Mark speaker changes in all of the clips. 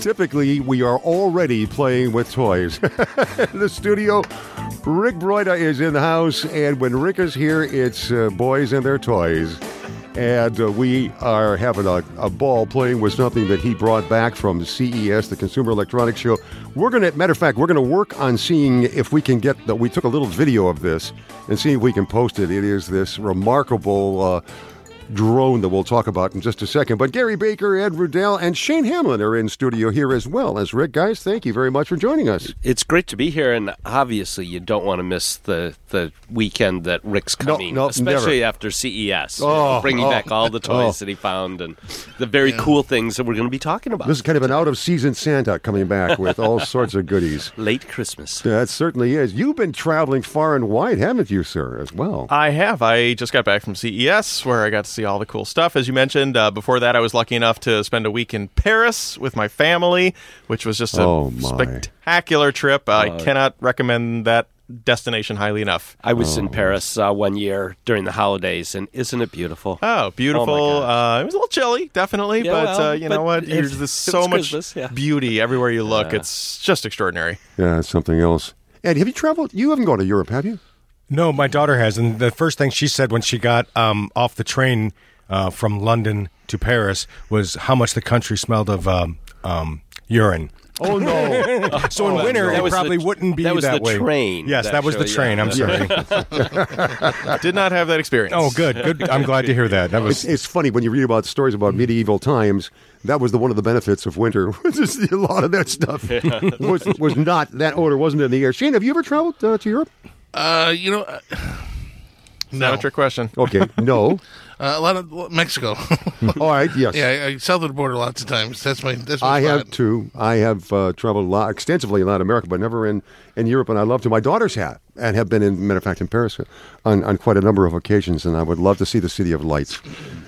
Speaker 1: Typically, we are already playing with toys. the studio, Rick Broida is in the house, and when Rick is here, it's uh, boys and their toys. And uh, we are having a, a ball playing with something that he brought back from CES, the Consumer Electronics Show. We're going to, matter of fact, we're going to work on seeing if we can get that. We took a little video of this and see if we can post it. It is this remarkable. Uh, drone that we'll talk about in just a second. But Gary Baker, Ed Rudell, and Shane Hamlin are in studio here as well as Rick. Guys, thank you very much for joining us.
Speaker 2: It's great to be here, and obviously you don't want to miss the, the weekend that Rick's
Speaker 1: No,
Speaker 2: coming,
Speaker 1: no,
Speaker 2: especially
Speaker 1: never.
Speaker 2: after CES,
Speaker 1: Oh,
Speaker 2: bringing
Speaker 1: oh,
Speaker 2: back all the toys
Speaker 1: oh.
Speaker 2: that he found and the very cool things that we're going to be talking about.
Speaker 1: This is kind of an out of season Santa coming back with all sorts of goodies.
Speaker 2: Late Christmas.
Speaker 1: That certainly is. You've been traveling far and wide, haven't you, sir, as well?
Speaker 3: I have. I just got back from CES where I got to see all the cool stuff. As you mentioned, uh, before that, I was lucky enough to spend a week in Paris with my family, which was just a
Speaker 1: Oh, my.
Speaker 3: spectacular trip.
Speaker 2: Uh,
Speaker 3: I cannot recommend that destination highly enough.
Speaker 2: I was
Speaker 1: Oh.
Speaker 2: in Paris uh, one year during the holidays, and isn't it beautiful?
Speaker 1: Ah.
Speaker 3: Oh, beautiful.
Speaker 2: Oh, my
Speaker 3: uh, it was a little chilly, definitely,
Speaker 2: Yeah,
Speaker 3: but
Speaker 2: well,
Speaker 3: uh, you
Speaker 2: but
Speaker 3: know what?
Speaker 2: it-
Speaker 3: There's this
Speaker 2: it
Speaker 3: so
Speaker 2: was
Speaker 3: much
Speaker 2: Christmas, yeah.
Speaker 3: beauty everywhere you look. It's just extraordinary.
Speaker 1: Yeah, it's something else. Ed, have you traveled? You haven't gone to Europe, have you?
Speaker 4: No, my daughter has, and the first thing she said when she got um, off the train uh, from London to Paris was how much the country smelled of um, um, urine.
Speaker 1: Oh, no.
Speaker 4: So in winter,
Speaker 2: Oh, That
Speaker 4: it
Speaker 2: was the
Speaker 4: probably
Speaker 2: tr-
Speaker 4: wouldn't be
Speaker 2: that was the
Speaker 4: way.
Speaker 2: train
Speaker 4: Yes,
Speaker 2: that
Speaker 4: that, was the
Speaker 2: showed- yeah.
Speaker 4: train. I'm sorry.
Speaker 3: I did not have that experience.
Speaker 4: oh, good, good. I'm glad to hear that. That was
Speaker 1: It's, it's funny when you read about stories about medieval times. That was the one of the benefits of winter. was just a lot of that stuff was, was not that odor wasn't in the air. Shane, have you ever traveled uh, to Europe?
Speaker 5: Uh, you know, uh,
Speaker 3: Not
Speaker 5: no.
Speaker 3: a trick question.
Speaker 1: Okay, no.
Speaker 5: Uh, a lot of Mexico.
Speaker 1: All right, yes.
Speaker 5: yeah, I, I south of the border lots of times. That's my. That's my
Speaker 1: I
Speaker 5: spot.
Speaker 1: have too. I have uh, traveled a lot, extensively in Latin America, but never in, in Europe. And I love to. My daughters have, and have been, in matter of fact, in Paris uh, on, on quite a number of occasions. And I would love to see the City of Lights.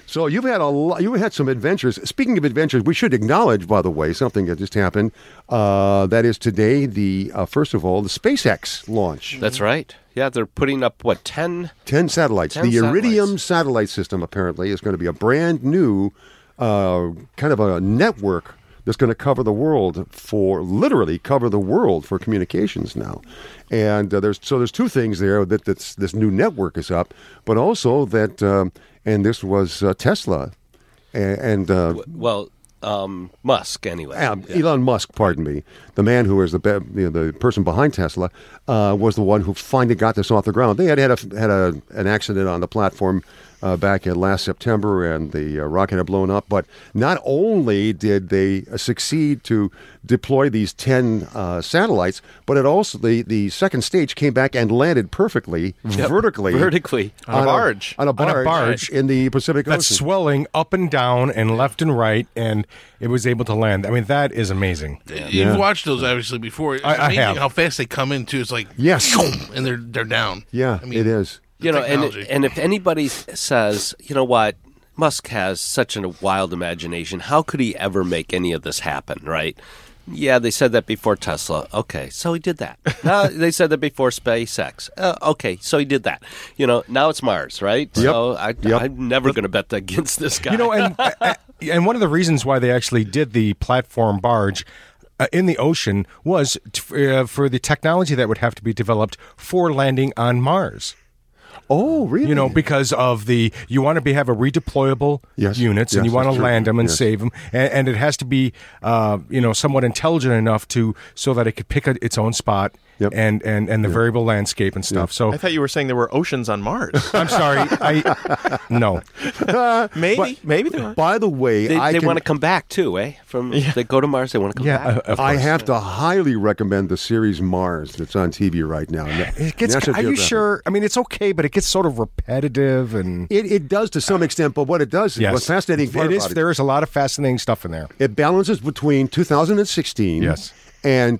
Speaker 1: So you've had a lot. You've had some adventures. Speaking of adventures, we should acknowledge, by the way, something that just happened. Uh, that is today. The uh, first of all, the SpaceX launch.
Speaker 2: That's right. Yeah, they're putting up, what, 10?
Speaker 1: 10 satellites.
Speaker 2: 10
Speaker 1: the Iridium
Speaker 2: satellites.
Speaker 1: satellite system apparently is going to be a brand new uh, kind of a network that's going to cover the world for literally cover the world for communications now. And uh, there's so there's two things there that that's, this new network is up, but also that um, and this was uh, Tesla and, and uh,
Speaker 2: Well, um, Musk, anyway.
Speaker 1: um, Elon Musk, pardon me, the man who is the be- you know, the person behind Tesla, uh, was the one who finally got this off the ground. They had had a, had a, an accident on the platform uh, back in last September, and the uh, rocket had blown up. But not only did they uh, succeed to deploy these ten uh, satellites, but it also the, the second stage came back and landed perfectly vertically.
Speaker 2: Vertically.
Speaker 3: On a barge.
Speaker 1: on a
Speaker 4: On
Speaker 1: barge,
Speaker 4: a barge.
Speaker 1: in the Pacific
Speaker 4: that
Speaker 1: Ocean.
Speaker 4: swelling up and down and left and right, and it was able to land. I mean, that is amazing.
Speaker 5: You've watched those obviously before. It's
Speaker 4: I- I
Speaker 5: amazing
Speaker 4: have.
Speaker 5: How fast they come in too. It's like
Speaker 1: Yes.
Speaker 5: and they're they're down.
Speaker 1: yeah,
Speaker 5: I mean,
Speaker 1: it is.
Speaker 2: you know, and,
Speaker 5: technology.
Speaker 2: and if anybody says, you know what, Musk has such a wild imagination, how could he ever make any of this happen, right? Yeah, they said that before Tesla. Okay, so he did that. Now they said that before SpaceX. Uh, okay, so he did that. You know, now it's Mars, right? So I,
Speaker 1: Yep.
Speaker 2: I'm never going to bet against this guy.
Speaker 4: You know, and and one of the reasons why they actually did the platform barge uh, in the ocean was t- uh, for the technology that would have to be developed for landing on Mars.
Speaker 1: Oh, really?
Speaker 4: You know, because of the you want to be have a redeployable
Speaker 1: Yes.
Speaker 4: units, and
Speaker 1: Yes,
Speaker 4: you want
Speaker 1: that's
Speaker 4: to
Speaker 1: true.
Speaker 4: land them and
Speaker 1: Yes.
Speaker 4: save them, and, and it has to be uh, you know somewhat intelligent enough to so that it could pick a, its own spot
Speaker 1: Yep.
Speaker 4: and and and the variable landscape and stuff. So
Speaker 3: I thought you were saying there were oceans on Mars.
Speaker 4: I'm sorry, I no.
Speaker 3: maybe, maybe there are.
Speaker 1: By the way,
Speaker 2: they,
Speaker 1: I
Speaker 2: they
Speaker 1: can-
Speaker 2: want to come back too, eh? From they go to Mars, they want to come
Speaker 4: Yeah,
Speaker 2: back.
Speaker 4: uh, of
Speaker 1: I
Speaker 4: course.
Speaker 1: have to highly recommend the series Mars that's on TV right now.
Speaker 4: It gets.
Speaker 1: National
Speaker 4: Are you
Speaker 1: Geographic.
Speaker 4: sure? I mean, it's okay, but it gets sort of repetitive and.
Speaker 1: It, it does to some extent, but what it does, is what's fascinating part
Speaker 4: It is.
Speaker 1: about it,
Speaker 4: There is a lot of fascinating stuff in there.
Speaker 1: it balances between 2016
Speaker 4: Yes.
Speaker 1: and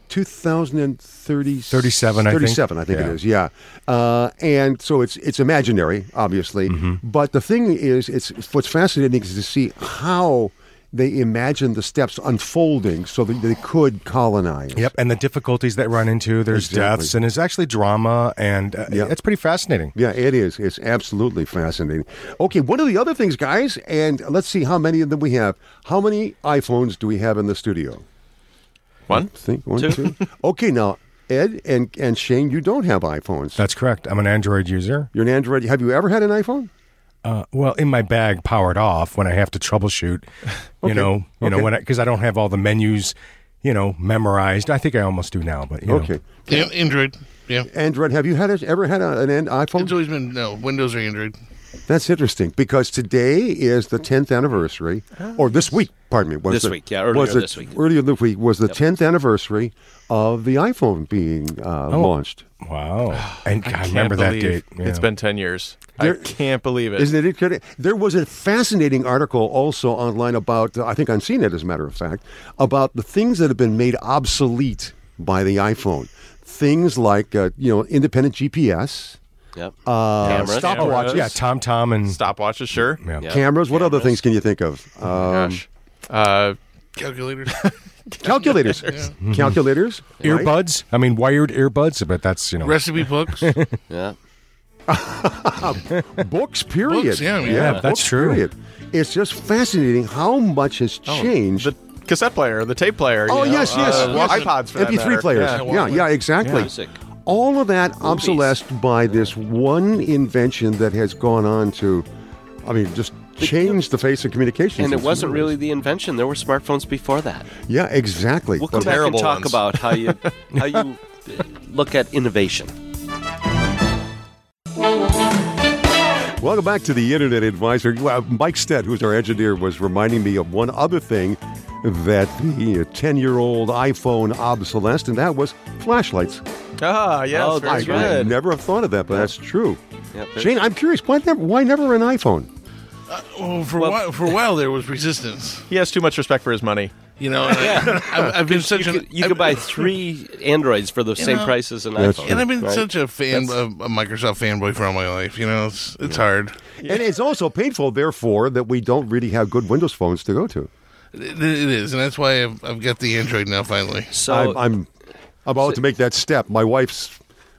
Speaker 1: 2030,
Speaker 4: 37, I think.
Speaker 1: 37, I think
Speaker 4: Yeah.
Speaker 1: it is, yeah. Uh, and so it's it's imaginary, obviously.
Speaker 4: Mm-hmm.
Speaker 1: But the thing is, it's what's fascinating is to see how they imagine the steps unfolding so that they could colonize.
Speaker 4: Yep, and the difficulties that run into. There's
Speaker 1: Exactly.
Speaker 4: deaths, and it's actually drama, and uh,
Speaker 1: Yeah.
Speaker 4: it's pretty fascinating.
Speaker 1: Yeah, it is. It's absolutely fascinating. Okay, one of the other things, guys, and let's see how many of them we have. How many iPhones do we have in the studio?
Speaker 3: One.
Speaker 1: Think one, two. Okay, now Ed and and Shane, you don't have iPhones.
Speaker 4: That's correct. I'm an Android user.
Speaker 1: You're an Android. Have you ever had an iPhone?
Speaker 4: Uh, well, in my bag, powered off when I have to troubleshoot. You know, you know
Speaker 1: Okay.
Speaker 4: when because I, don't have all the menus, you know, memorized. I think I almost do now, but you know.
Speaker 1: Okay.
Speaker 5: Yeah, Android. Yeah.
Speaker 1: Android. Have you had a, ever had a, an an iPhone?
Speaker 5: It's always been no Windows or Android.
Speaker 1: That's interesting because today is the 10th anniversary, or this week, pardon me. Was
Speaker 2: Ah, This
Speaker 1: the-
Speaker 2: week, yeah, earlier
Speaker 1: was the-
Speaker 2: this week.
Speaker 1: Earlier this week was the 10th anniversary of the iPhone being uh,
Speaker 2: Oh.
Speaker 1: launched.
Speaker 4: Wow. And God, I,
Speaker 3: Can't
Speaker 4: remember that
Speaker 3: believe
Speaker 4: date.
Speaker 3: It's
Speaker 4: Yeah.
Speaker 3: been 10 years.
Speaker 1: There-
Speaker 3: I can't believe it.
Speaker 1: Isn't it incredible? There was a fascinating article also online about, I think on CNET, as a matter of fact, about the things that have been made obsolete by the iPhone. Things like, uh, you know, independent GPS,
Speaker 2: Yep.
Speaker 1: uh,
Speaker 2: Cameras.
Speaker 1: stopwatches,
Speaker 4: Yeah, Tom Tom and
Speaker 3: Stopwatches, sure.
Speaker 4: yeah.
Speaker 2: Yeah.
Speaker 1: cameras. What other things can you think of? Um,
Speaker 3: Gosh. Uh,
Speaker 5: Calculator.
Speaker 1: calculators. Calculators. right?
Speaker 4: earbuds. I mean, wired earbuds, but that's you know.
Speaker 5: Recipe books.
Speaker 2: Yeah.
Speaker 1: books period
Speaker 5: Books, yeah, I mean, Yeah,
Speaker 4: that's true.
Speaker 1: it's just fascinating how much has changed
Speaker 3: the cassette player, the tape player.
Speaker 1: oh
Speaker 3: you know,
Speaker 1: yes yes,
Speaker 3: uh,
Speaker 1: yes.
Speaker 3: iPods for that
Speaker 1: mp3
Speaker 3: matter.
Speaker 1: players
Speaker 3: Yeah.
Speaker 1: yeah yeah, exactly
Speaker 2: Music.
Speaker 1: all of that obsolesced by this one invention that has gone on to i mean just change the face of communication
Speaker 2: And it wasn't really the invention. There were smartphones before that.
Speaker 1: yeah exactly
Speaker 2: We'll come
Speaker 1: But-
Speaker 2: back and
Speaker 3: terrible
Speaker 2: talk
Speaker 3: ones.
Speaker 2: about how you how you uh, look at innovation.
Speaker 1: Welcome back to the Internet Advisor. Well, Mike Stead, who's our engineer, was reminding me of one other thing that the 10 year old iPhone obsolesced, and that was flashlights.
Speaker 3: Ah, yes,
Speaker 2: Oh,
Speaker 3: very
Speaker 2: that's
Speaker 1: I, I
Speaker 3: good.
Speaker 1: never have thought of that, but that's true.
Speaker 2: Yep.
Speaker 1: Shane, I'm curious. Why never? Why never an iPhone?
Speaker 5: well, Oh, for a while, for a while there was resistance.
Speaker 3: He has too much respect for his money.
Speaker 5: You know. and I- I've, I've been such an
Speaker 2: You could buy
Speaker 5: I've-
Speaker 2: three Androids for the same
Speaker 5: know,
Speaker 2: price as an
Speaker 1: that's
Speaker 2: iPhone.
Speaker 5: And I've been
Speaker 2: right?
Speaker 5: such a fan, a, a Microsoft fanboy for all my life. You know, it's it's hard.
Speaker 1: And it's also painful, therefore, that we don't really have good Windows phones to go to.
Speaker 5: It, it is, and that's why I've, I've got the Android now finally.
Speaker 2: so
Speaker 1: I'm, I'm about to make that step. My wife's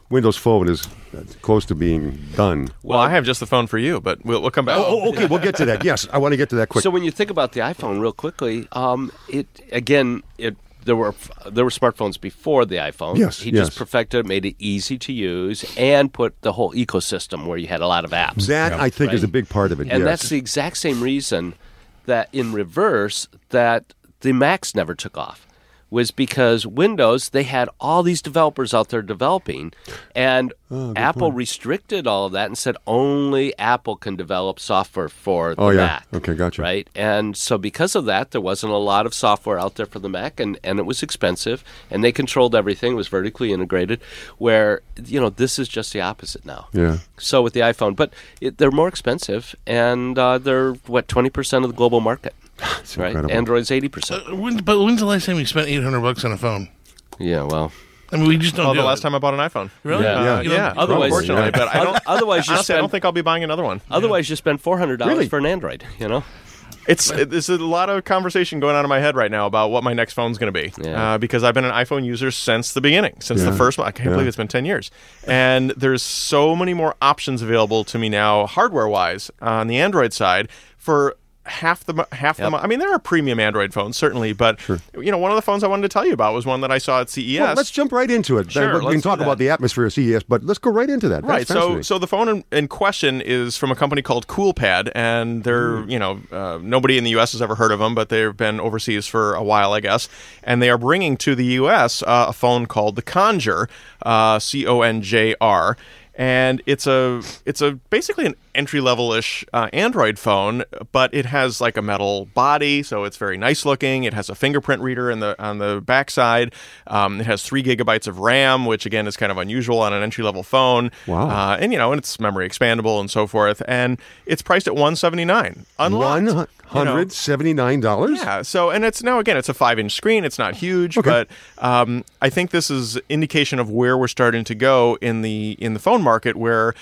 Speaker 1: Windows phone is uh, close to being done.
Speaker 3: Well, I have just the phone for you, but we'll, we'll come back.
Speaker 1: Oh, okay, we'll get to that. Yes, I want to get to that quick.
Speaker 2: So when you think about the iPhone, real quickly, um, it again, it there were there were smartphones before the iPhone.
Speaker 1: Yes,
Speaker 2: he
Speaker 1: yes.
Speaker 2: just perfected, it, made it easy to use, and put the whole ecosystem where you had a lot of apps.
Speaker 1: that I think is a
Speaker 2: right.
Speaker 1: big part of it.
Speaker 2: and
Speaker 1: yes.
Speaker 2: that's the exact same reason that in reverse that the Macs never took off was because Windows they had all these developers out there developing
Speaker 1: Ah,
Speaker 2: and Apple restricted all of that and said only Apple can develop software for the
Speaker 1: Oh, yeah.
Speaker 2: Mac.
Speaker 1: Okay, gotcha.
Speaker 2: Right? And so because of that there wasn't a lot of software out there for the Mac and, and it was expensive and they controlled everything, it was vertically integrated, where you know, this is just the opposite now.
Speaker 1: Yeah.
Speaker 2: So with the iPhone, but it, they're more expensive, and uh, they're what twenty percent of the global market. right?
Speaker 1: incredible.
Speaker 2: Android's eighty percent.
Speaker 5: When, but when's the last time you spent eight hundred bucks on a phone?
Speaker 2: Yeah, well,
Speaker 5: I mean, we just don't.
Speaker 3: Oh,
Speaker 5: do
Speaker 3: the last
Speaker 5: it.
Speaker 3: time I bought an iPhone. Uh,
Speaker 5: Really?
Speaker 2: Yeah.
Speaker 1: Yeah.
Speaker 5: You know,
Speaker 3: Yeah.
Speaker 1: Other-
Speaker 2: otherwise,
Speaker 1: Probably,
Speaker 3: Unfortunately,
Speaker 1: yeah.
Speaker 3: but I don't.
Speaker 2: otherwise you
Speaker 3: honestly, I
Speaker 2: spend
Speaker 3: don't think I'll be buying another one.
Speaker 2: otherwise you spend four hundred dollars
Speaker 1: Really?
Speaker 2: for an Android. You know,
Speaker 3: It's it, there's a lot of conversation going on in my head right now about what my next phone's going to be
Speaker 2: Yeah.
Speaker 3: uh, because I've been an iPhone user since the beginning, since the
Speaker 1: Yeah.
Speaker 3: first one. I can't
Speaker 1: Yeah.
Speaker 3: believe it's been ten years, and there's so many more options available to me now, hardware wise, on the Android side for. Half the mo- half the
Speaker 2: Yep.
Speaker 3: mo- I mean, there are premium Android phones certainly, but you know, one of the phones I wanted to tell you about was one that I saw at E CES.
Speaker 1: Well, let's jump right into it.
Speaker 3: Sure,
Speaker 1: Then we
Speaker 3: let's
Speaker 1: can
Speaker 3: do
Speaker 1: talk about
Speaker 3: that.
Speaker 1: the atmosphere of CES, but let's go right into that. That's
Speaker 3: Right. So,
Speaker 1: fascinating.
Speaker 3: so the phone in, in question is from a company called Coolpad, and they're you know uh, nobody in the U.S. has ever heard of them, but they've been overseas for a while, I guess. And they are bringing to the U.S. Uh, a phone called the Conjure, uh, C O N J R. And it's a it's a basically an entry level ish uh, Android phone, but it has like a metal body, so it's very nice looking. It has a fingerprint reader in the on the backside. Um, it has three gigabytes of RAM, which again is kind of unusual on an entry level phone.
Speaker 1: Wow.
Speaker 3: Uh, and you know, and it's memory expandable and so forth. And it's priced at 179. Unlocked.
Speaker 1: One hundred seventy-nine dollars.
Speaker 3: Yeah. So, and it's now again, it's a five-inch screen. It's not huge, but um, I think this is indication of where we're starting to go in the in the phone market, where.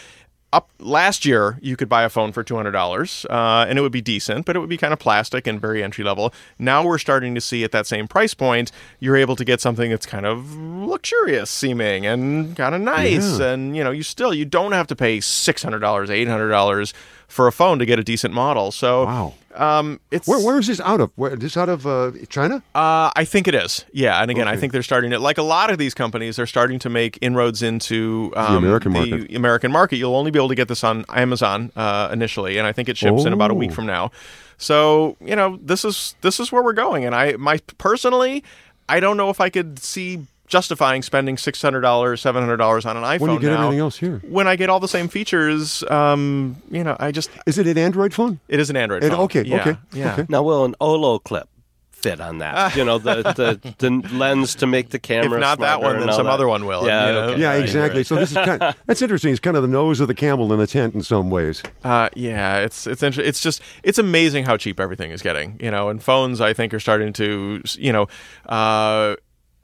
Speaker 3: Up last year, you could buy a phone for two hundred dollars, uh, and it would be decent, but it would be kind of plastic and very entry level. Now we're starting to see at that same price point, you're able to get something that's kind of luxurious seeming and kind of nice, and you know, you still you don't have to pay six hundred dollars, eight hundred dollars for a phone to get a decent model. So
Speaker 1: Wow.
Speaker 3: Um, it's
Speaker 1: Where, where is this out of? Where, this out of uh, China?
Speaker 3: Uh, I think it is. Yeah, and again, I
Speaker 1: Okay.
Speaker 3: think they're starting to like a lot of these companies. They're starting to make inroads into um,
Speaker 1: American market.
Speaker 3: American market. You'll only be able to get this on Amazon uh, initially, and I think it ships in about a week
Speaker 1: Oh.
Speaker 3: from now. So you know, this is this is where we're going. And I, my personally, I don't know if I could see justifying spending six hundred dollars, seven hundred dollars on an iPhone.
Speaker 1: When you get
Speaker 3: now,
Speaker 1: everything else here.
Speaker 3: when I get all the same features, um, you know, I just
Speaker 1: Is it an Android phone?
Speaker 3: it is an Android.
Speaker 1: It-
Speaker 3: phone.
Speaker 1: okay,
Speaker 3: Yeah,
Speaker 1: okay,
Speaker 3: yeah.
Speaker 1: okay.
Speaker 2: Now, will an Olo clip fit on that? you know, the, the the lens to make the camera.
Speaker 3: not that
Speaker 2: smarter
Speaker 3: one,
Speaker 2: and
Speaker 3: then
Speaker 2: all
Speaker 3: some
Speaker 2: that.
Speaker 3: other one will,
Speaker 2: Yeah,
Speaker 3: you know?
Speaker 2: okay.
Speaker 1: Yeah,
Speaker 3: Right,
Speaker 1: exactly. So this is kind of, that's interesting. It's kind of the nose of the camel in the tent in some ways.
Speaker 3: Uh, yeah, it's it's inter- it's just it's amazing how cheap everything is getting, you know. And phones, I think, are starting to, you know, uh,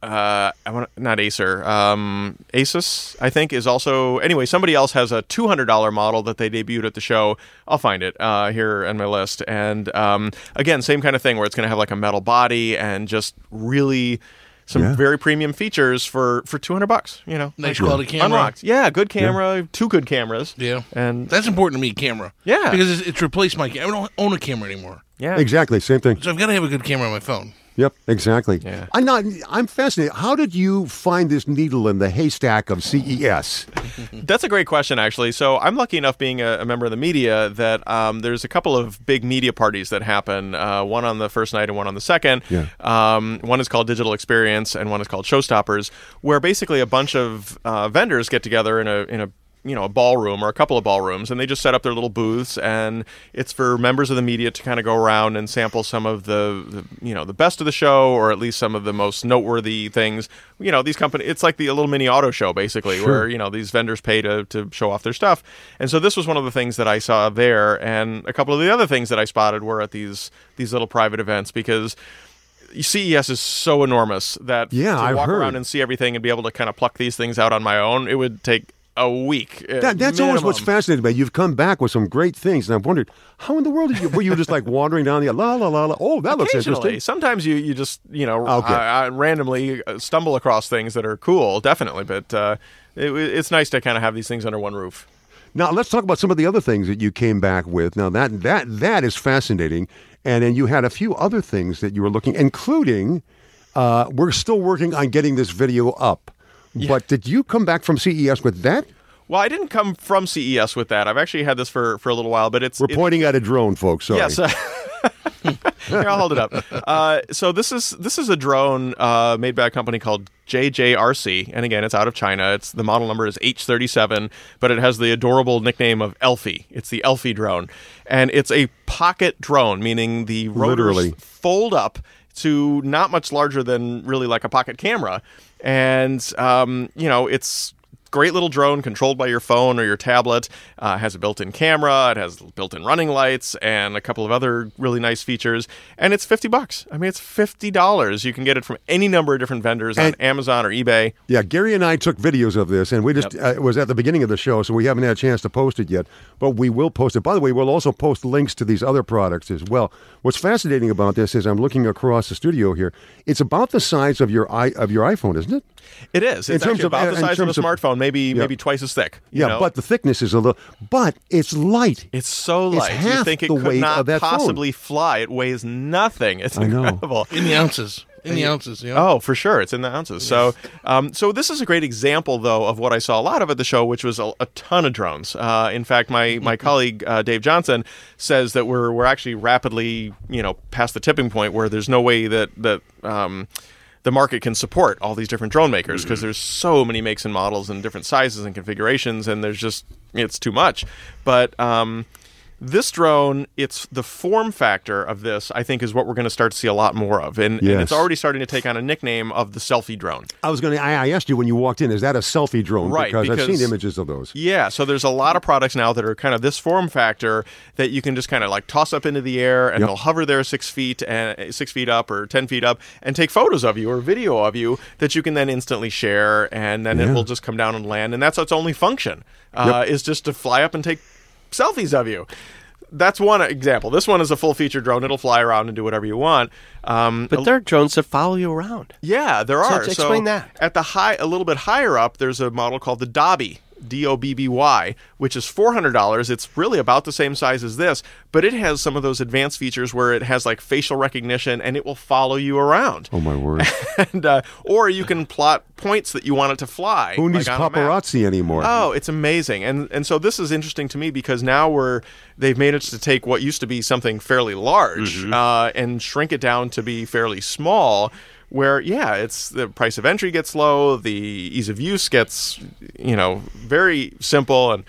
Speaker 3: uh, I want not Acer, um, Asus, I think, is also anyway. Somebody else has a two hundred dollar model that they debuted at the show. I'll find it uh, here on my list. And um, again, same kind of thing where it's going to have like a metal body and just really some very premium features for for two hundred bucks. You know,
Speaker 5: Nice quality camera.
Speaker 3: unlocked. Yeah, good camera, two good cameras.
Speaker 5: Yeah.
Speaker 3: and
Speaker 5: That's important to me, camera.
Speaker 3: Yeah.
Speaker 5: Because it's, it's replaced my camera. I don't own a camera anymore.
Speaker 3: yeah,
Speaker 1: Exactly, same thing.
Speaker 5: So I've got to have a good camera on my phone.
Speaker 1: Yep, exactly.
Speaker 3: Yeah.
Speaker 1: I'm not. I'm fascinated. How did you find this needle in the haystack of E CES?
Speaker 3: That's a great question, actually. So I'm lucky enough, being a, a member of the media, that um, there's a couple of big media parties that happen. Uh, one on the first night and one on the second.
Speaker 1: Yeah.
Speaker 3: Um, one is called Digital Experience, and one is called Showstoppers, where basically a bunch of uh, vendors get together in a in a you know a ballroom or a couple of ballrooms, and they just set up their little booths, and it's for members of the media to kind of go around and sample some of the, the you know the best of the show, or at least some of the most noteworthy things. You know these company, it's like the a little mini auto show basically, where you know these vendors pay to to show off their stuff, and so this was one of the things that I saw there, and a couple of the other things that I spotted were at these these little private events because. CES is so enormous that
Speaker 1: Yeah,
Speaker 3: to
Speaker 1: I've
Speaker 3: walk
Speaker 1: heard.
Speaker 3: around and see everything and be able to kind of pluck these things out on my own, it would take a week. at
Speaker 1: That, that's always what's
Speaker 3: minimum.
Speaker 1: fascinating about it. you've come back with some great things, and I've wondered how in the world did you, were you just like wandering down the la la la la? Oh, that looks
Speaker 3: Occasionally,
Speaker 1: interesting.
Speaker 3: sometimes you you just you know
Speaker 1: Okay.
Speaker 3: I, I randomly uh, stumble across things that are cool, definitely. But uh, it, it's nice to kind of have these things under one roof.
Speaker 1: Now let's talk about some of the other things that you came back with. Now that that that is fascinating, and then you had a few other things that you were looking, including uh, we're still working on getting this video up. But did you come back from CES with that?
Speaker 3: Well, I didn't come from CES with that. I've actually had this for for a little while, but it's
Speaker 1: We're
Speaker 3: it-
Speaker 1: pointing at a drone, folks. Sorry.
Speaker 3: Yes. uh, Here, I'll hold it up. Uh, so this is this is a drone uh, made by a company called JJRC, and again, it's out of China. It's the model number is H37, but it has the adorable nickname of Elfie. It's the Elfie drone, and it's a pocket drone, meaning the rotors
Speaker 1: Literally.
Speaker 3: fold up to not much larger than really like a pocket camera, and um, you know it's. Great little drone controlled by your phone or your tablet. Uh, has a built-in camera. It has built-in running lights and a couple of other really nice features. And it's fifty bucks. I mean, it's fifty dollars. You can get it from any number of different vendors
Speaker 1: And-
Speaker 3: on Amazon or eBay.
Speaker 1: Yeah, Gary and I took videos of this, and we just uh, it was at the beginning of the show, so we haven't had a chance to post it yet. But we will post it. By the way, we'll also post links to these other products as well. What's fascinating about this is I'm looking across the studio here. It's about the size of your i of your iPhone, isn't it?
Speaker 3: It is. It's
Speaker 1: In terms
Speaker 3: actually
Speaker 1: of-
Speaker 3: about
Speaker 1: in
Speaker 3: the size of
Speaker 1: terms
Speaker 3: a
Speaker 1: of-
Speaker 3: smartphone, maybe maybe twice as thick. you
Speaker 1: Yeah,
Speaker 3: know?
Speaker 1: but the thickness is a little, but it's light.
Speaker 3: It's so
Speaker 1: It's
Speaker 3: light. you
Speaker 1: half
Speaker 3: think it
Speaker 1: the
Speaker 3: could
Speaker 1: weight
Speaker 3: not
Speaker 1: of that phone.
Speaker 3: possibly fly. It weighs nothing. It's
Speaker 1: I know.
Speaker 3: incredible.
Speaker 5: In the ounces. In the ounces. You know?
Speaker 3: Oh, for sure, it's in the ounces. So, um, so this is a great example, though, of what I saw a lot of at the show, which was a, a ton of drones. Uh, in fact, my my colleague uh, Dave Johnson says that we're we're actually rapidly, you know, past the tipping point where there's no way that that. Um, the market can support all these different drone makers because there's so many makes and models and different sizes and configurations, and there's just it's too much. But um, this drone, it's the form factor of this. I think is what we're going to start to see a lot more of, and, and
Speaker 1: Yes.
Speaker 3: it's already already starting to take on a nickname of the selfie drone.
Speaker 1: I was going to. I I asked you when you walked in, is that a selfie drone?
Speaker 3: Right,
Speaker 1: Because, I've
Speaker 3: because-
Speaker 1: seen images of those.
Speaker 3: Yeah, so there's a lot of products now that are kind of this form factor that you can just kind of like toss up into the air and they'll hover there six feet and six feet up or ten feet up and take photos of you or video of you that you can then instantly share and then it will just come down and land and that's its only function uh, is just to fly up and take selfies of you. That's one example. This one is a full feature drone. It'll fly around and do whatever you want. Um,
Speaker 2: But there are drones that follow you around.
Speaker 3: Yeah, there
Speaker 2: So
Speaker 3: are.
Speaker 2: explain that.
Speaker 3: At the high, a little bit higher up, there's a model called the Dobby, D O B B Y, which is $400. It's really about the same size as this, but it has some of those advanced features where it has like facial recognition and it will follow you around.
Speaker 1: Oh my word!
Speaker 3: and uh, Or you can plot points that you want it to fly.
Speaker 1: Who
Speaker 3: like
Speaker 1: needs
Speaker 3: on a map.
Speaker 1: paparazzi anymore?
Speaker 3: Oh, it's amazing, and and so this is interesting to me because now we're they've managed to take what used to be something fairly large uh, and shrink it down to be fairly small. Where yeah, it's the price of entry gets low, the ease of use gets you know very simple, and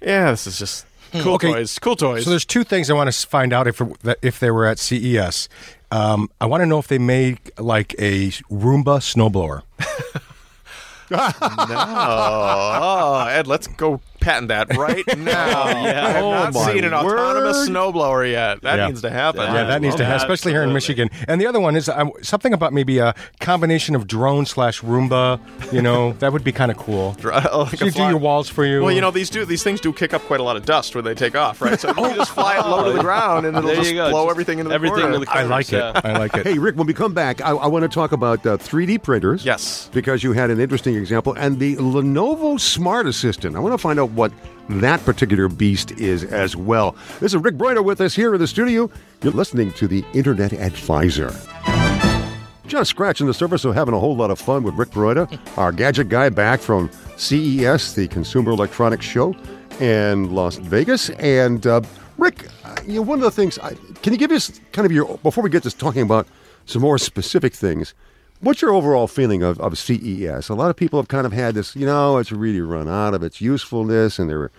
Speaker 3: yeah, this is just cool
Speaker 4: Hmm. Okay.
Speaker 3: toys, cool toys.
Speaker 4: So there's two things I want to find out if that- if they were at CES. Um, I want to know if they make like a Roomba snowblower.
Speaker 3: oh, Ed, let's go patent that right now. yeah, I have
Speaker 2: Oh,
Speaker 3: not
Speaker 2: my
Speaker 3: seen an autonomous
Speaker 2: word.
Speaker 3: snowblower yet. That
Speaker 4: Yeah.
Speaker 3: needs to happen.
Speaker 4: Yeah, that needs to happen, especially here in Michigan. And the other one is um, something about maybe a combination of drone slash Roomba. You know, that would be kind of cool.
Speaker 3: Like a
Speaker 4: you do
Speaker 3: fly-
Speaker 4: your walls for you.
Speaker 3: Well, you know these do these things do kick up quite a lot of dust when they take off, right? So you just fly it low to the ground and it'll
Speaker 2: Oh, There
Speaker 3: just
Speaker 2: you go.
Speaker 3: blow
Speaker 2: Just
Speaker 3: everything into the
Speaker 2: everything
Speaker 3: corner.
Speaker 2: into the
Speaker 4: I like it.
Speaker 2: Yeah.
Speaker 3: uh,
Speaker 4: I like it.
Speaker 1: Hey, Rick, when we come back, I, I want to talk about uh, 3D printers.
Speaker 3: Yes.
Speaker 1: Because you had an interesting example. And the Lenovo Smart Assistant. I want to find out what that particular beast is as well. This is Rick Breuder with us here in the studio. You're listening to the Internet Advisor. Just scratching the surface of having a whole lot of fun with Rick Baroita, our gadget guy back from CES, the Consumer Electronics Show in Las Vegas. And uh, Rick, uh, you know, one of the things, I, can you give us kind of your, before we get to talking about some more specific things, what's your overall feeling of, of CES? A lot of people have kind of had this, you know, it's really run out of its usefulness and there were,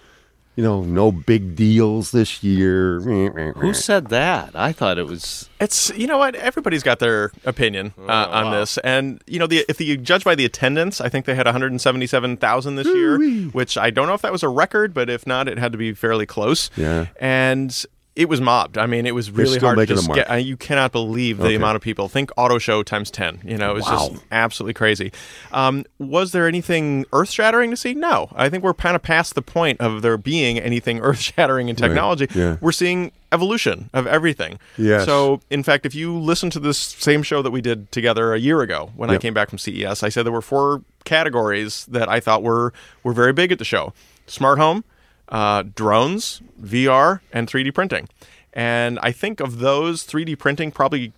Speaker 1: you know, no big deals this year.
Speaker 2: Who said that? I thought it was.
Speaker 3: It's you know what everybody's got their opinion uh,
Speaker 1: Oh,
Speaker 3: on this, and you know the if you judge by the attendance, I think they had 177,000 this year, which I don't know if that was a record, but if not, it had to be fairly close.
Speaker 1: Yeah.
Speaker 3: and. It was mobbed. I mean, it was really
Speaker 1: still
Speaker 3: hard to
Speaker 1: making a
Speaker 3: just
Speaker 1: mark.
Speaker 3: get. uh, You cannot believe the
Speaker 1: Okay.
Speaker 3: amount of people. Think auto show times ten. You know, it's just absolutely crazy. Um, was there anything earth shattering to see? No, I think we're kind of past the point of there being anything earth shattering in technology.
Speaker 1: Yeah.
Speaker 3: We're seeing evolution of everything.
Speaker 1: Yes.
Speaker 3: So in fact, if you listen to this same show that we did together a year ago when I
Speaker 1: Yep.
Speaker 3: came back from CES, I said there were four categories that I thought were were very big at the show: smart home, uh, drones, VR, and 3D printing. And I think of those, 3D printing probably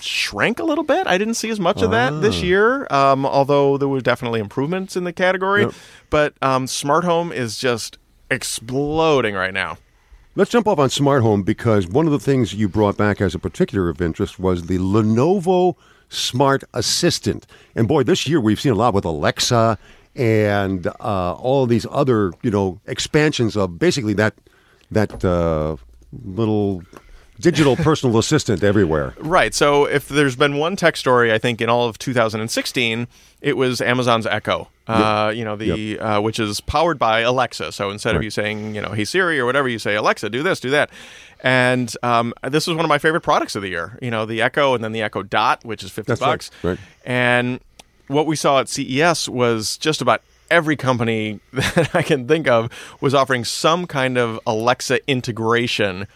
Speaker 3: shrank a little bit. I didn't see as much of that
Speaker 1: Ah.
Speaker 3: this year, um, although there were definitely improvements in the category. But um, smart home is just exploding right now.
Speaker 1: Let's jump off on smart home because one of the things you brought back as a particular of interest was the Lenovo Smart Assistant. And boy, this year we've seen a lot with Alexa and uh, all these other, you know, expansions of basically that that uh, little digital personal assistant everywhere.
Speaker 3: Right. So if there's been one tech story, I think in all of 2016, it was Amazon's Echo. Uh, you know the uh, which is powered by Alexa. So instead of you saying you know Hey Siri or whatever, you say Alexa, do this, do that. And um, this was one of my favorite products of the year. You know the Echo and then the Echo Dot, which is 50
Speaker 1: That's right,
Speaker 3: bucks.
Speaker 1: right.
Speaker 3: And what we saw at CES was just about every company that I can think of was offering some kind of Alexa integration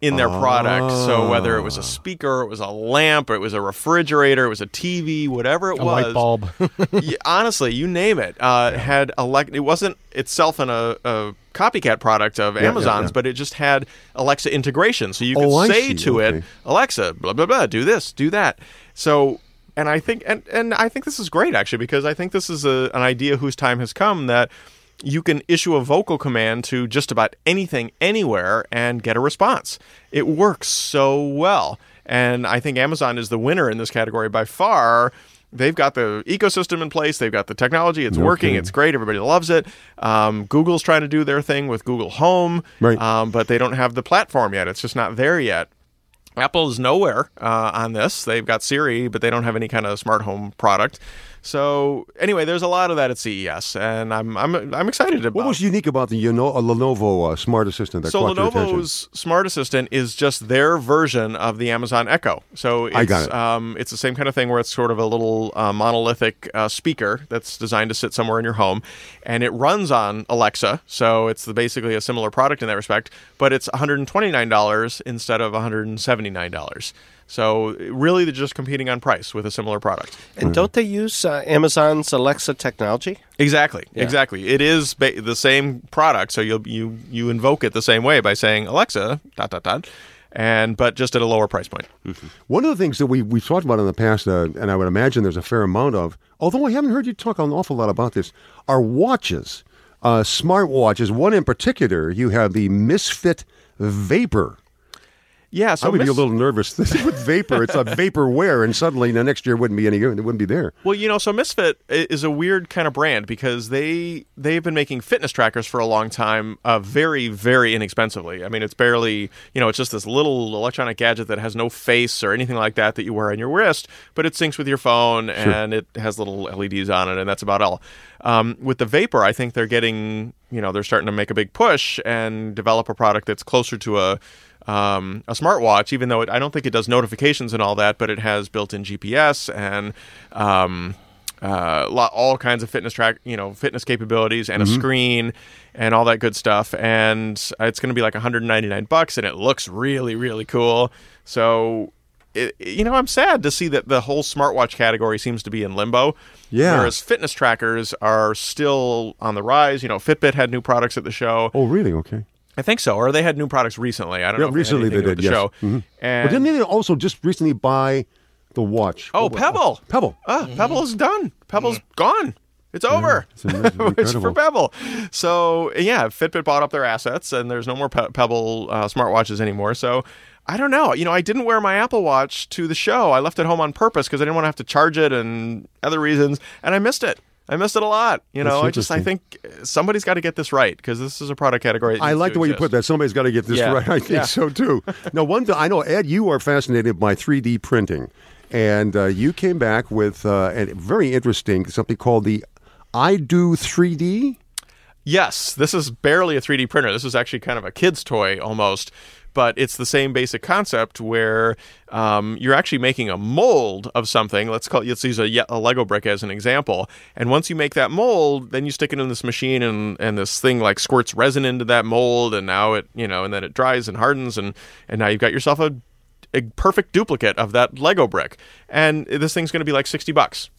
Speaker 3: in their product. So whether it was
Speaker 1: Ah.
Speaker 3: a speaker, it was a lamp, or it was a refrigerator, it was a TV, whatever it
Speaker 4: a
Speaker 3: was
Speaker 4: light bulb.
Speaker 3: y- honestly, you name it, uh, had elect. It wasn't itself an, a, a copycat product of Amazon's,
Speaker 1: yeah.
Speaker 3: but it just had Alexa integration, so you could
Speaker 1: Oh, I
Speaker 3: say
Speaker 1: see.
Speaker 3: to it,
Speaker 1: Okay.
Speaker 3: Alexa, blah blah blah, do this, do that. So, and I think, and and I think this is great actually because I think this is a, an idea whose time has come that. You can issue a vocal command to just about anything, anywhere, and get a response. It works so well. And I think Amazon is the winner in this category by far they've got the ecosystem in place. They've got the technology. It's working. It's great. Everybody loves it. Um, Google's trying to do their thing with Google Home,
Speaker 1: Right.
Speaker 3: um, but they don't have the platform yet. It's just not there yet. Apple is nowhere uh, on this. They've got Siri, but they don't have any kind of smart home product. So anyway, there's a lot of that at CES, and I'm I'm I'm excited about.
Speaker 1: What was unique about the you know, uh, Lenovo uh, Smart Assistant that
Speaker 3: So
Speaker 1: caught your attention?
Speaker 3: Lenovo's Smart Assistant is just their version of the Amazon Echo. So it's,
Speaker 1: I got it.
Speaker 3: Um, it's the same kind of thing where it's sort of a little uh, monolithic uh, speaker that's designed to sit somewhere in your home, and it runs on Alexa. So it's the, basically a similar product in that respect, but it's $129 instead of $179. So really, they're just competing on price with a similar product.
Speaker 2: And don't they use uh, Amazon's Alexa technology?
Speaker 3: Exactly, exactly. It is ba- the same product, so you you you invoke it the same way by saying Alexa dot dot dot, and but just at a lower price point.
Speaker 1: Hmm. One of the things that we, we've talked about in the past, uh, and I would imagine there's a fair amount of, although I haven't heard you talk an awful lot about this, are watches, uh, smart watches. One in particular, you have the Misfit Vapor.
Speaker 3: Yeah, so
Speaker 1: I would be a
Speaker 3: Miss-
Speaker 1: little nervous with vapor. It's a vaporware, and suddenly the next year wouldn't be any good. It wouldn't be there.
Speaker 3: Well, you know, so Misfit i- is a weird kind of brand because they they've been making fitness trackers for a long time, uh, very very inexpensively. I mean, it's barely you know, it's just this little electronic gadget that has no face or anything like that that you wear on your wrist, but it syncs with your phone and it has little LEDs on it, and that's about all. Um, with the Vapor, I think they're getting you know they're starting to make a big push and develop a product that's closer to a um, a smartwatch, even though it, I don't think it does notifications and all that, but it has built-in GPS and um, uh, lo- all kinds of fitness track, you know, fitness capabilities and a screen and all that good stuff. And it's going to be like 199 bucks, and it looks really, really cool. So, it, you know, I'm sad to see that the whole smartwatch category seems to be in limbo.
Speaker 1: Yeah.
Speaker 3: Whereas fitness trackers are still on the rise. You know, Fitbit had new products at the show.
Speaker 1: Oh, really? Okay.
Speaker 3: I think so, or they had new products recently. I don't
Speaker 1: Yeah,
Speaker 3: know. if
Speaker 1: recently
Speaker 3: had anything
Speaker 1: they
Speaker 3: to do
Speaker 1: did,
Speaker 3: with The
Speaker 1: yes.
Speaker 3: show.
Speaker 1: Mhm.
Speaker 3: And
Speaker 1: But didn't they also just recently buy the watch?
Speaker 3: oh,
Speaker 1: What was-
Speaker 3: Pebble,
Speaker 1: Pebble. Mm-hmm.
Speaker 3: Ah, Pebble's done. Pebble's gone. It's over.
Speaker 1: it's amazing.
Speaker 3: It's for
Speaker 1: Incredible.
Speaker 3: Pebble. So yeah, Fitbit bought up their assets, and there's no more Pe- Pebble uh, smartwatches anymore. So I don't know. You know, I didn't wear my Apple Watch to the show. I left it home on purpose because I didn't want to have to charge it and other reasons, and I missed it. I missed it a lot. You know,
Speaker 1: That's
Speaker 3: I just I
Speaker 1: interesting.
Speaker 3: think somebody's got to get this right because this is a product category. that
Speaker 1: I
Speaker 3: needs
Speaker 1: like
Speaker 3: to
Speaker 1: the way you
Speaker 3: exist.
Speaker 1: put that. Somebody's got to get this
Speaker 3: Yeah.
Speaker 1: right. I think
Speaker 3: Yeah.
Speaker 1: so too. now, one thing I know, Ed, you are fascinated by 3D printing, and uh, you came back with uh, a very interesting something called the I Do 3D.
Speaker 3: Yes, this is barely a 3D printer. This is actually kind of a kid's toy almost, but it's the same basic concept where um, you're actually making a mold of something. Let's call let's use a, ye- a Lego brick as an example. And once you make that mold, then you stick it in this machine, and and this thing like squirts resin into that mold, and now it you know, and then it dries and hardens, and and now you've got yourself a, a perfect duplicate of that Lego brick. And this thing's going to be like sixty bucks.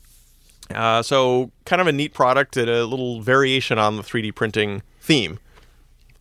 Speaker 3: Uh, so kind of a neat product and a little variation on the 3D printing theme.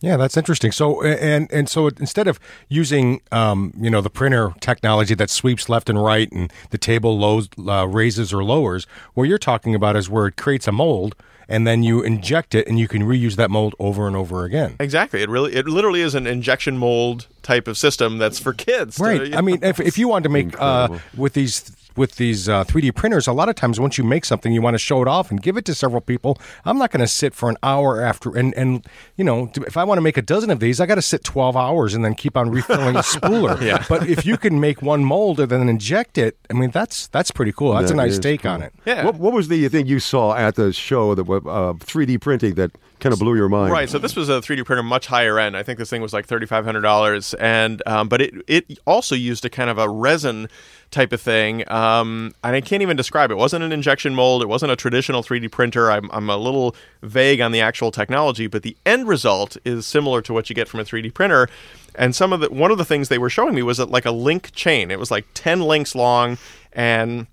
Speaker 4: Yeah, that's interesting. So and and so it- instead of using um, you know the printer technology that sweeps left and right and the table lows, uh, raises or lowers, what you're talking about is where it creates a mold and then you inject it and you can reuse that mold over and over again.
Speaker 3: Exactly. It really, it literally is an injection mold type of system that's for kids. to-
Speaker 4: Right. I mean, if, if you want to make uh, with these with these uh, 3D printers, a lot of times once you make something, you want to show it off and give it to several people. I'm not going to sit for an hour after and and you know to- if I want to make a dozen of these, I got to sit 12 hours and then keep on refilling the spooler. yeah. But if you can make one mold and then inject it, I mean that's that's pretty cool. That's a
Speaker 1: That
Speaker 4: nice
Speaker 1: is
Speaker 4: take
Speaker 1: cool.
Speaker 4: on it.
Speaker 3: Yeah.
Speaker 1: What, what was the thing you saw at the show that was uh, 3D printing that kind of blew your mind?
Speaker 3: Right. So this was a 3D printer much higher end. I think this thing was like $3,500, and um, but it it also used a kind of a resin type of thing. Um, and I can't even describe it. It wasn't an injection mold. It wasn't a traditional 3D printer. I'm I'm a little vague on the actual technology, but the end result is similar to what you get from a 3D printer. And some of the one of the things they were showing me was that like a link chain. It was like 10 links long, and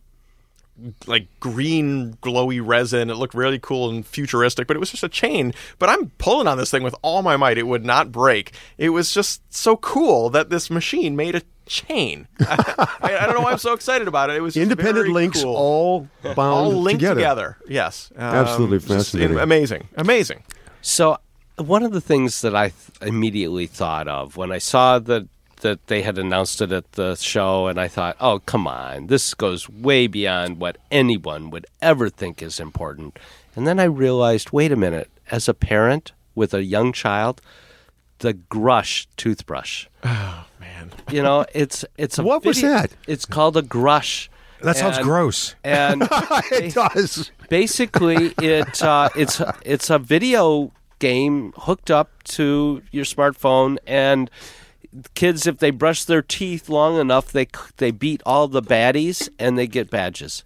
Speaker 3: like green glowy resin. It looked really cool and futuristic, but it was just a chain. But I'm pulling on this thing with all my might. It would not break. It was just so cool that this machine made a chain. I, I don't know why I'm so excited about it. It was just
Speaker 1: Independent
Speaker 3: very
Speaker 1: links
Speaker 3: cool.
Speaker 1: all bound
Speaker 3: all linked
Speaker 1: together.
Speaker 3: together. Yes, Um,
Speaker 1: Absolutely
Speaker 3: just, um,
Speaker 1: fascinating.
Speaker 3: amazing, amazing.
Speaker 2: So one of the things that I th- immediately thought of when I saw that that they had announced it at the show, and I thought, oh come on, this goes way beyond what anyone would ever think is important. And then I realized, wait a minute, as a parent with a young child, the Grush toothbrush. Oh man, you know it's it's a
Speaker 1: What was
Speaker 2: video-
Speaker 1: that?
Speaker 2: It's called a Grush.
Speaker 4: That sounds
Speaker 2: And-
Speaker 4: gross.
Speaker 2: And
Speaker 1: It does.
Speaker 2: basically it uh, it's it's a video game hooked up to your smartphone and kids if they brush their teeth long enough they c- they beat all the baddies and they get badges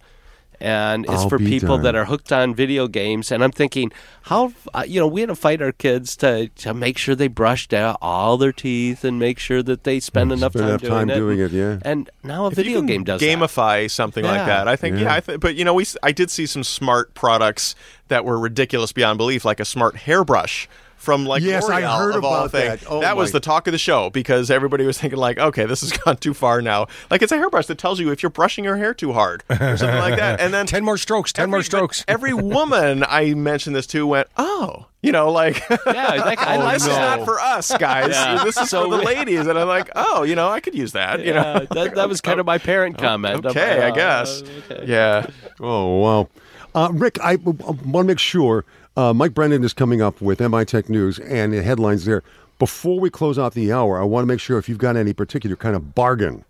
Speaker 2: and it's
Speaker 1: I'll
Speaker 2: for
Speaker 1: be
Speaker 2: people that
Speaker 1: darned.
Speaker 2: are hooked on video games. And I'm thinking, how uh, you know, we had to fight our kids to, to make sure they brushed out all their teeth and make sure that they spend enough
Speaker 1: Mm, Spend
Speaker 2: time,
Speaker 1: enough time doing it, yeah.
Speaker 2: And now a
Speaker 3: If you
Speaker 2: video
Speaker 3: can
Speaker 2: game does that.
Speaker 3: gamify something like
Speaker 2: Yeah.
Speaker 3: that. I think yeah, I th- but you know we s- I did see some smart products that were ridiculous beyond belief, like a smart hairbrush. From like
Speaker 1: Yes, I
Speaker 3: L'Oreal,
Speaker 1: heard
Speaker 3: of all
Speaker 1: about
Speaker 3: things.
Speaker 1: that. Oh,
Speaker 3: was
Speaker 1: my-
Speaker 3: the talk of the show because everybody was thinking like, okay, this has gone too far now. Like it's a hairbrush that tells you if you're brushing your hair too hard or something like that. And then
Speaker 4: 10 more strokes, 10 more
Speaker 3: every-
Speaker 4: strokes.
Speaker 3: Every woman I mentioned this to went, oh, you know, like
Speaker 2: Yeah, like, I like
Speaker 3: this is not for us guys.
Speaker 2: Oh, Yeah.
Speaker 3: This is
Speaker 2: So
Speaker 3: for the
Speaker 2: we-
Speaker 3: ladies. And I'm like, oh, you know, I could use that. You know,
Speaker 2: Yeah, that, that was kind of my parent comment. I'm
Speaker 3: Oh, okay, I
Speaker 2: like, uh,
Speaker 3: guess. Yeah.
Speaker 1: Oh wow, uh, Rick! I want to make sure uh, Mike Brennan is coming up with MI Tech News and the headlines there. Before we close out the hour, I want to make sure if you've got any particular kind of bargain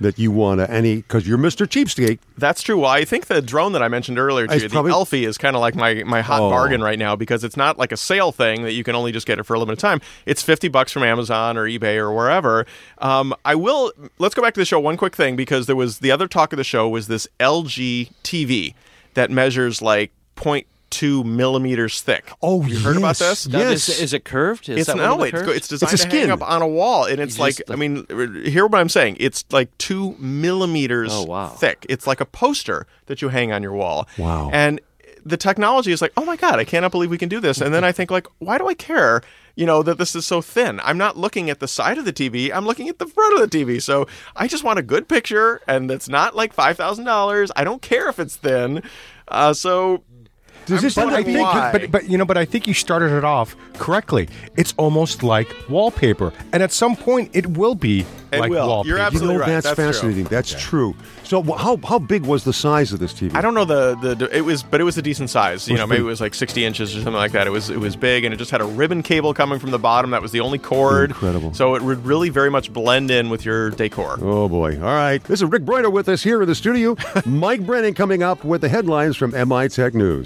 Speaker 1: that you want to any because you're Mr. Cheapskate.
Speaker 3: That's true. Well, I think the drone that I mentioned earlier to
Speaker 1: It's
Speaker 3: you,
Speaker 1: probably-
Speaker 3: the Elfie, is kind of like my, my hot
Speaker 1: Oh.
Speaker 3: bargain right now because it's not like a sale thing that you can only just get it for a limited time. It's 50 bucks from Amazon or eBay or wherever. Um, I will, let's go back to the show. One quick thing because there was the other talk of the show was this LG TV that measures like 0.2 millimeters thick.
Speaker 1: Oh,
Speaker 3: you heard
Speaker 1: yes.
Speaker 3: about this?
Speaker 2: Now,
Speaker 1: Yes.
Speaker 2: Is, is it curved? Is
Speaker 3: it's
Speaker 2: that one of
Speaker 3: no,
Speaker 2: the
Speaker 3: it's,
Speaker 2: curves?
Speaker 3: go- it's designed
Speaker 1: It's a
Speaker 3: to
Speaker 1: skin.
Speaker 3: hang up on a wall, and it's
Speaker 2: You
Speaker 3: like
Speaker 2: just-
Speaker 3: I mean, r- hear what I'm saying? It's like two millimeters
Speaker 2: Oh, wow.
Speaker 3: thick. It's like a poster that you hang on your wall.
Speaker 1: Wow.
Speaker 3: And the technology is like, oh my god, I cannot believe we can do this. And then I think like, why do I care? You know that this is so thin. I'm not looking at the side of the TV. I'm looking at the front of the TV. So I just want a good picture, and that's not like five thousand dollars. I don't care if it's thin. Uh, so
Speaker 1: Does this
Speaker 3: But
Speaker 4: I
Speaker 3: wondering
Speaker 4: think,
Speaker 3: why.
Speaker 4: but, but you know, but I think you started it off correctly. It's almost like wallpaper, and at some point, it will be
Speaker 3: It
Speaker 4: like
Speaker 3: will.
Speaker 4: wallpaper.
Speaker 3: You're
Speaker 1: you
Speaker 3: absolutely
Speaker 1: know
Speaker 3: right.
Speaker 1: that's,
Speaker 3: That's true.
Speaker 1: fascinating. That's true. So wh- how how big was the size of this TV?
Speaker 3: I don't know the, the the- it was, but it was a decent size. You
Speaker 1: Was
Speaker 3: know, maybe
Speaker 1: big.
Speaker 3: it was like sixty inches or something like that. It was it was big, and it just had a ribbon cable coming from the bottom. That was the only cord.
Speaker 1: Incredible.
Speaker 3: So it would really very much blend in with your decor.
Speaker 1: Oh boy! All right, this is Rick Breuder with us here in the studio. Mike Brennan coming up with the headlines from MI Tech News.